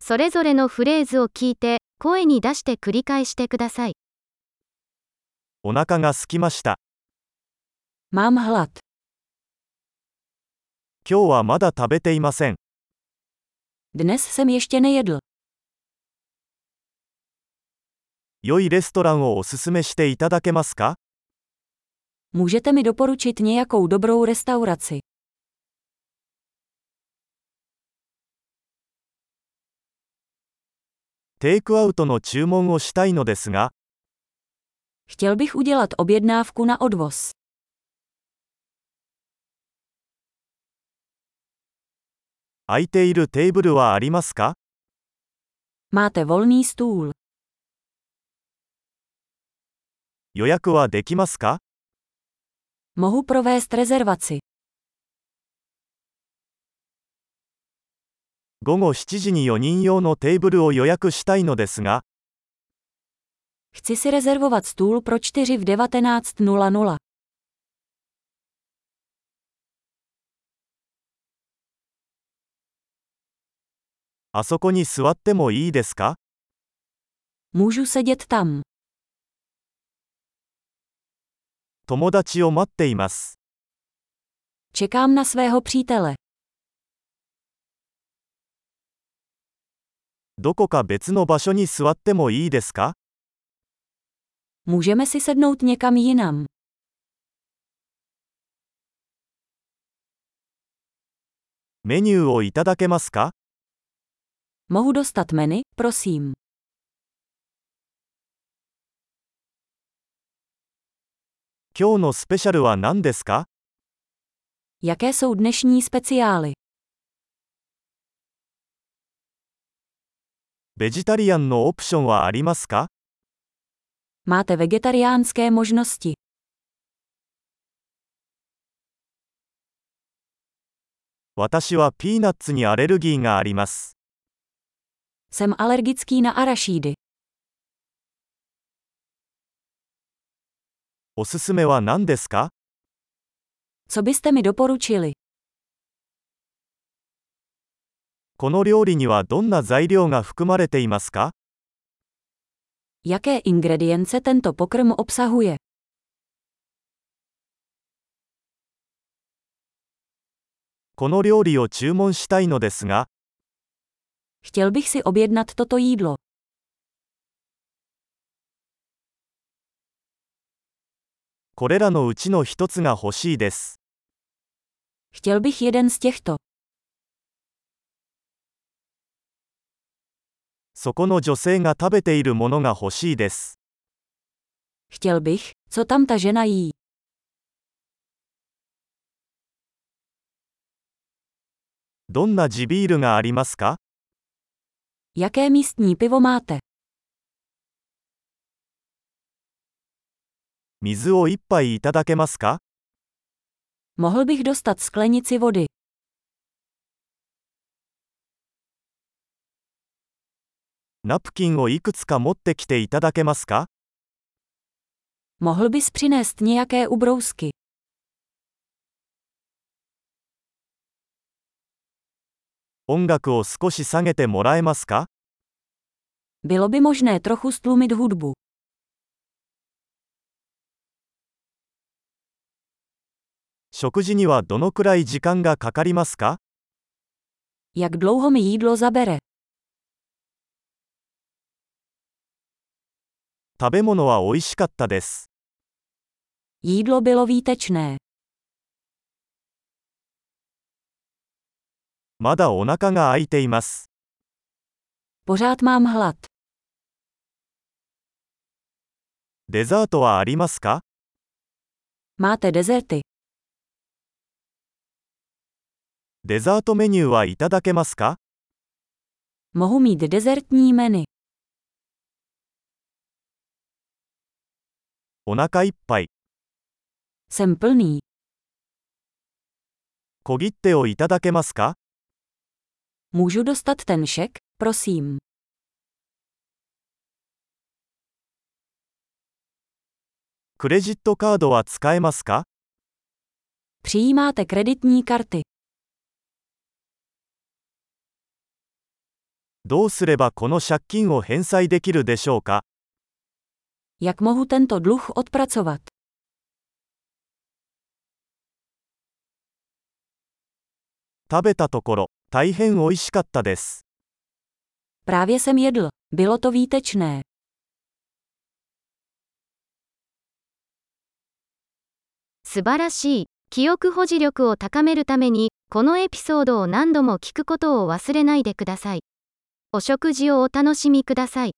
それぞれのフレーズを聞いて、声に出して繰り返してください。お腹が空きました。 Mám hlad. 今日はまだ食べていません。 Dnes jsem ještě nejedl. 良いレストランをおすすめしていただけますか Můžete mi doporučit nějakou dobrou restauraci? テイクアウトの注文をしたいのですが、 Chtěl bych udělat objednávku na odvoz. 空いているテーブルはありますか Máte volný stůl. 予約はできますか Mohu provést rezervaci. 午後7時に4人用のテーブルを予約したいのですが、 Chci si rezervovat stůl pro čtyři v 19.00. あそこに座ってもいいですか Můžu sedět tam. 友達を待っています。 Čekám na svého přítele. どこか別の場所に座ってもいいですか Můžeme si sednout někam jinam. メニューをいただけますか Mohu dostat menu, prosím. 今日のスペシャルは何ですか Jaké jsou dnešní speciály? ベジタリアンのオプションはありますか Máte vegetariánské možnosti. 私はピーナッツにアレルギーがあります。 Jsem alergický na arašídy. おすすめは何ですか Co byste mi doporučili? この料理にはどんな材料が含まれていますか Jaké ingredience tento pokrm obsahuje? この料理を注文したいのですが、 Chtěl bych si objednat toto jídlo. これらのうちの一つが欲しいです。 Chtěl bych jeden z těchto. そこの女性が食べているものが欲しいです。 Chtěl bych, co tam ta žena jí. どんな地ビールがありますか Jaké místní pivo máte? 水を一杯いただけますか Mohl bych dostat sklenici vody. ナプキンをいくつか持ってきていただけますか Mohl bys přinést nějaké ubrousky. 音楽を少し下げてもらえますか Bylo by možné trochu stlumit hudbu. 食事にはどのくらい時間がかかりますか Jak dlouho mi jídlo zabere? 食べ物は美味しかったです。 Jídlo bylo výtečné. まだお腹が空いています。 Pořád mám hlad. デザートはありますか Máte dezerty. デザートメニューはいただけますか Mohu mít dezertní menu. お腹いっぱい。 Jsem plný. 小切手をいただけますか Můžu dostat ten šek, prosím. クレジットカードは使えますか Přijímáte kreditní karty. どうすればこの借金を返済できるでしょうか Jak mohu tento dluh odpracovat? 食べたところ、大変美味しかったです。 Právě jsem jedl. Bylo to výtečné. 素晴らしい。記憶保持力を高めるために、このエピソードを何度も聞くことを忘れないでください。お食事をお楽しみください。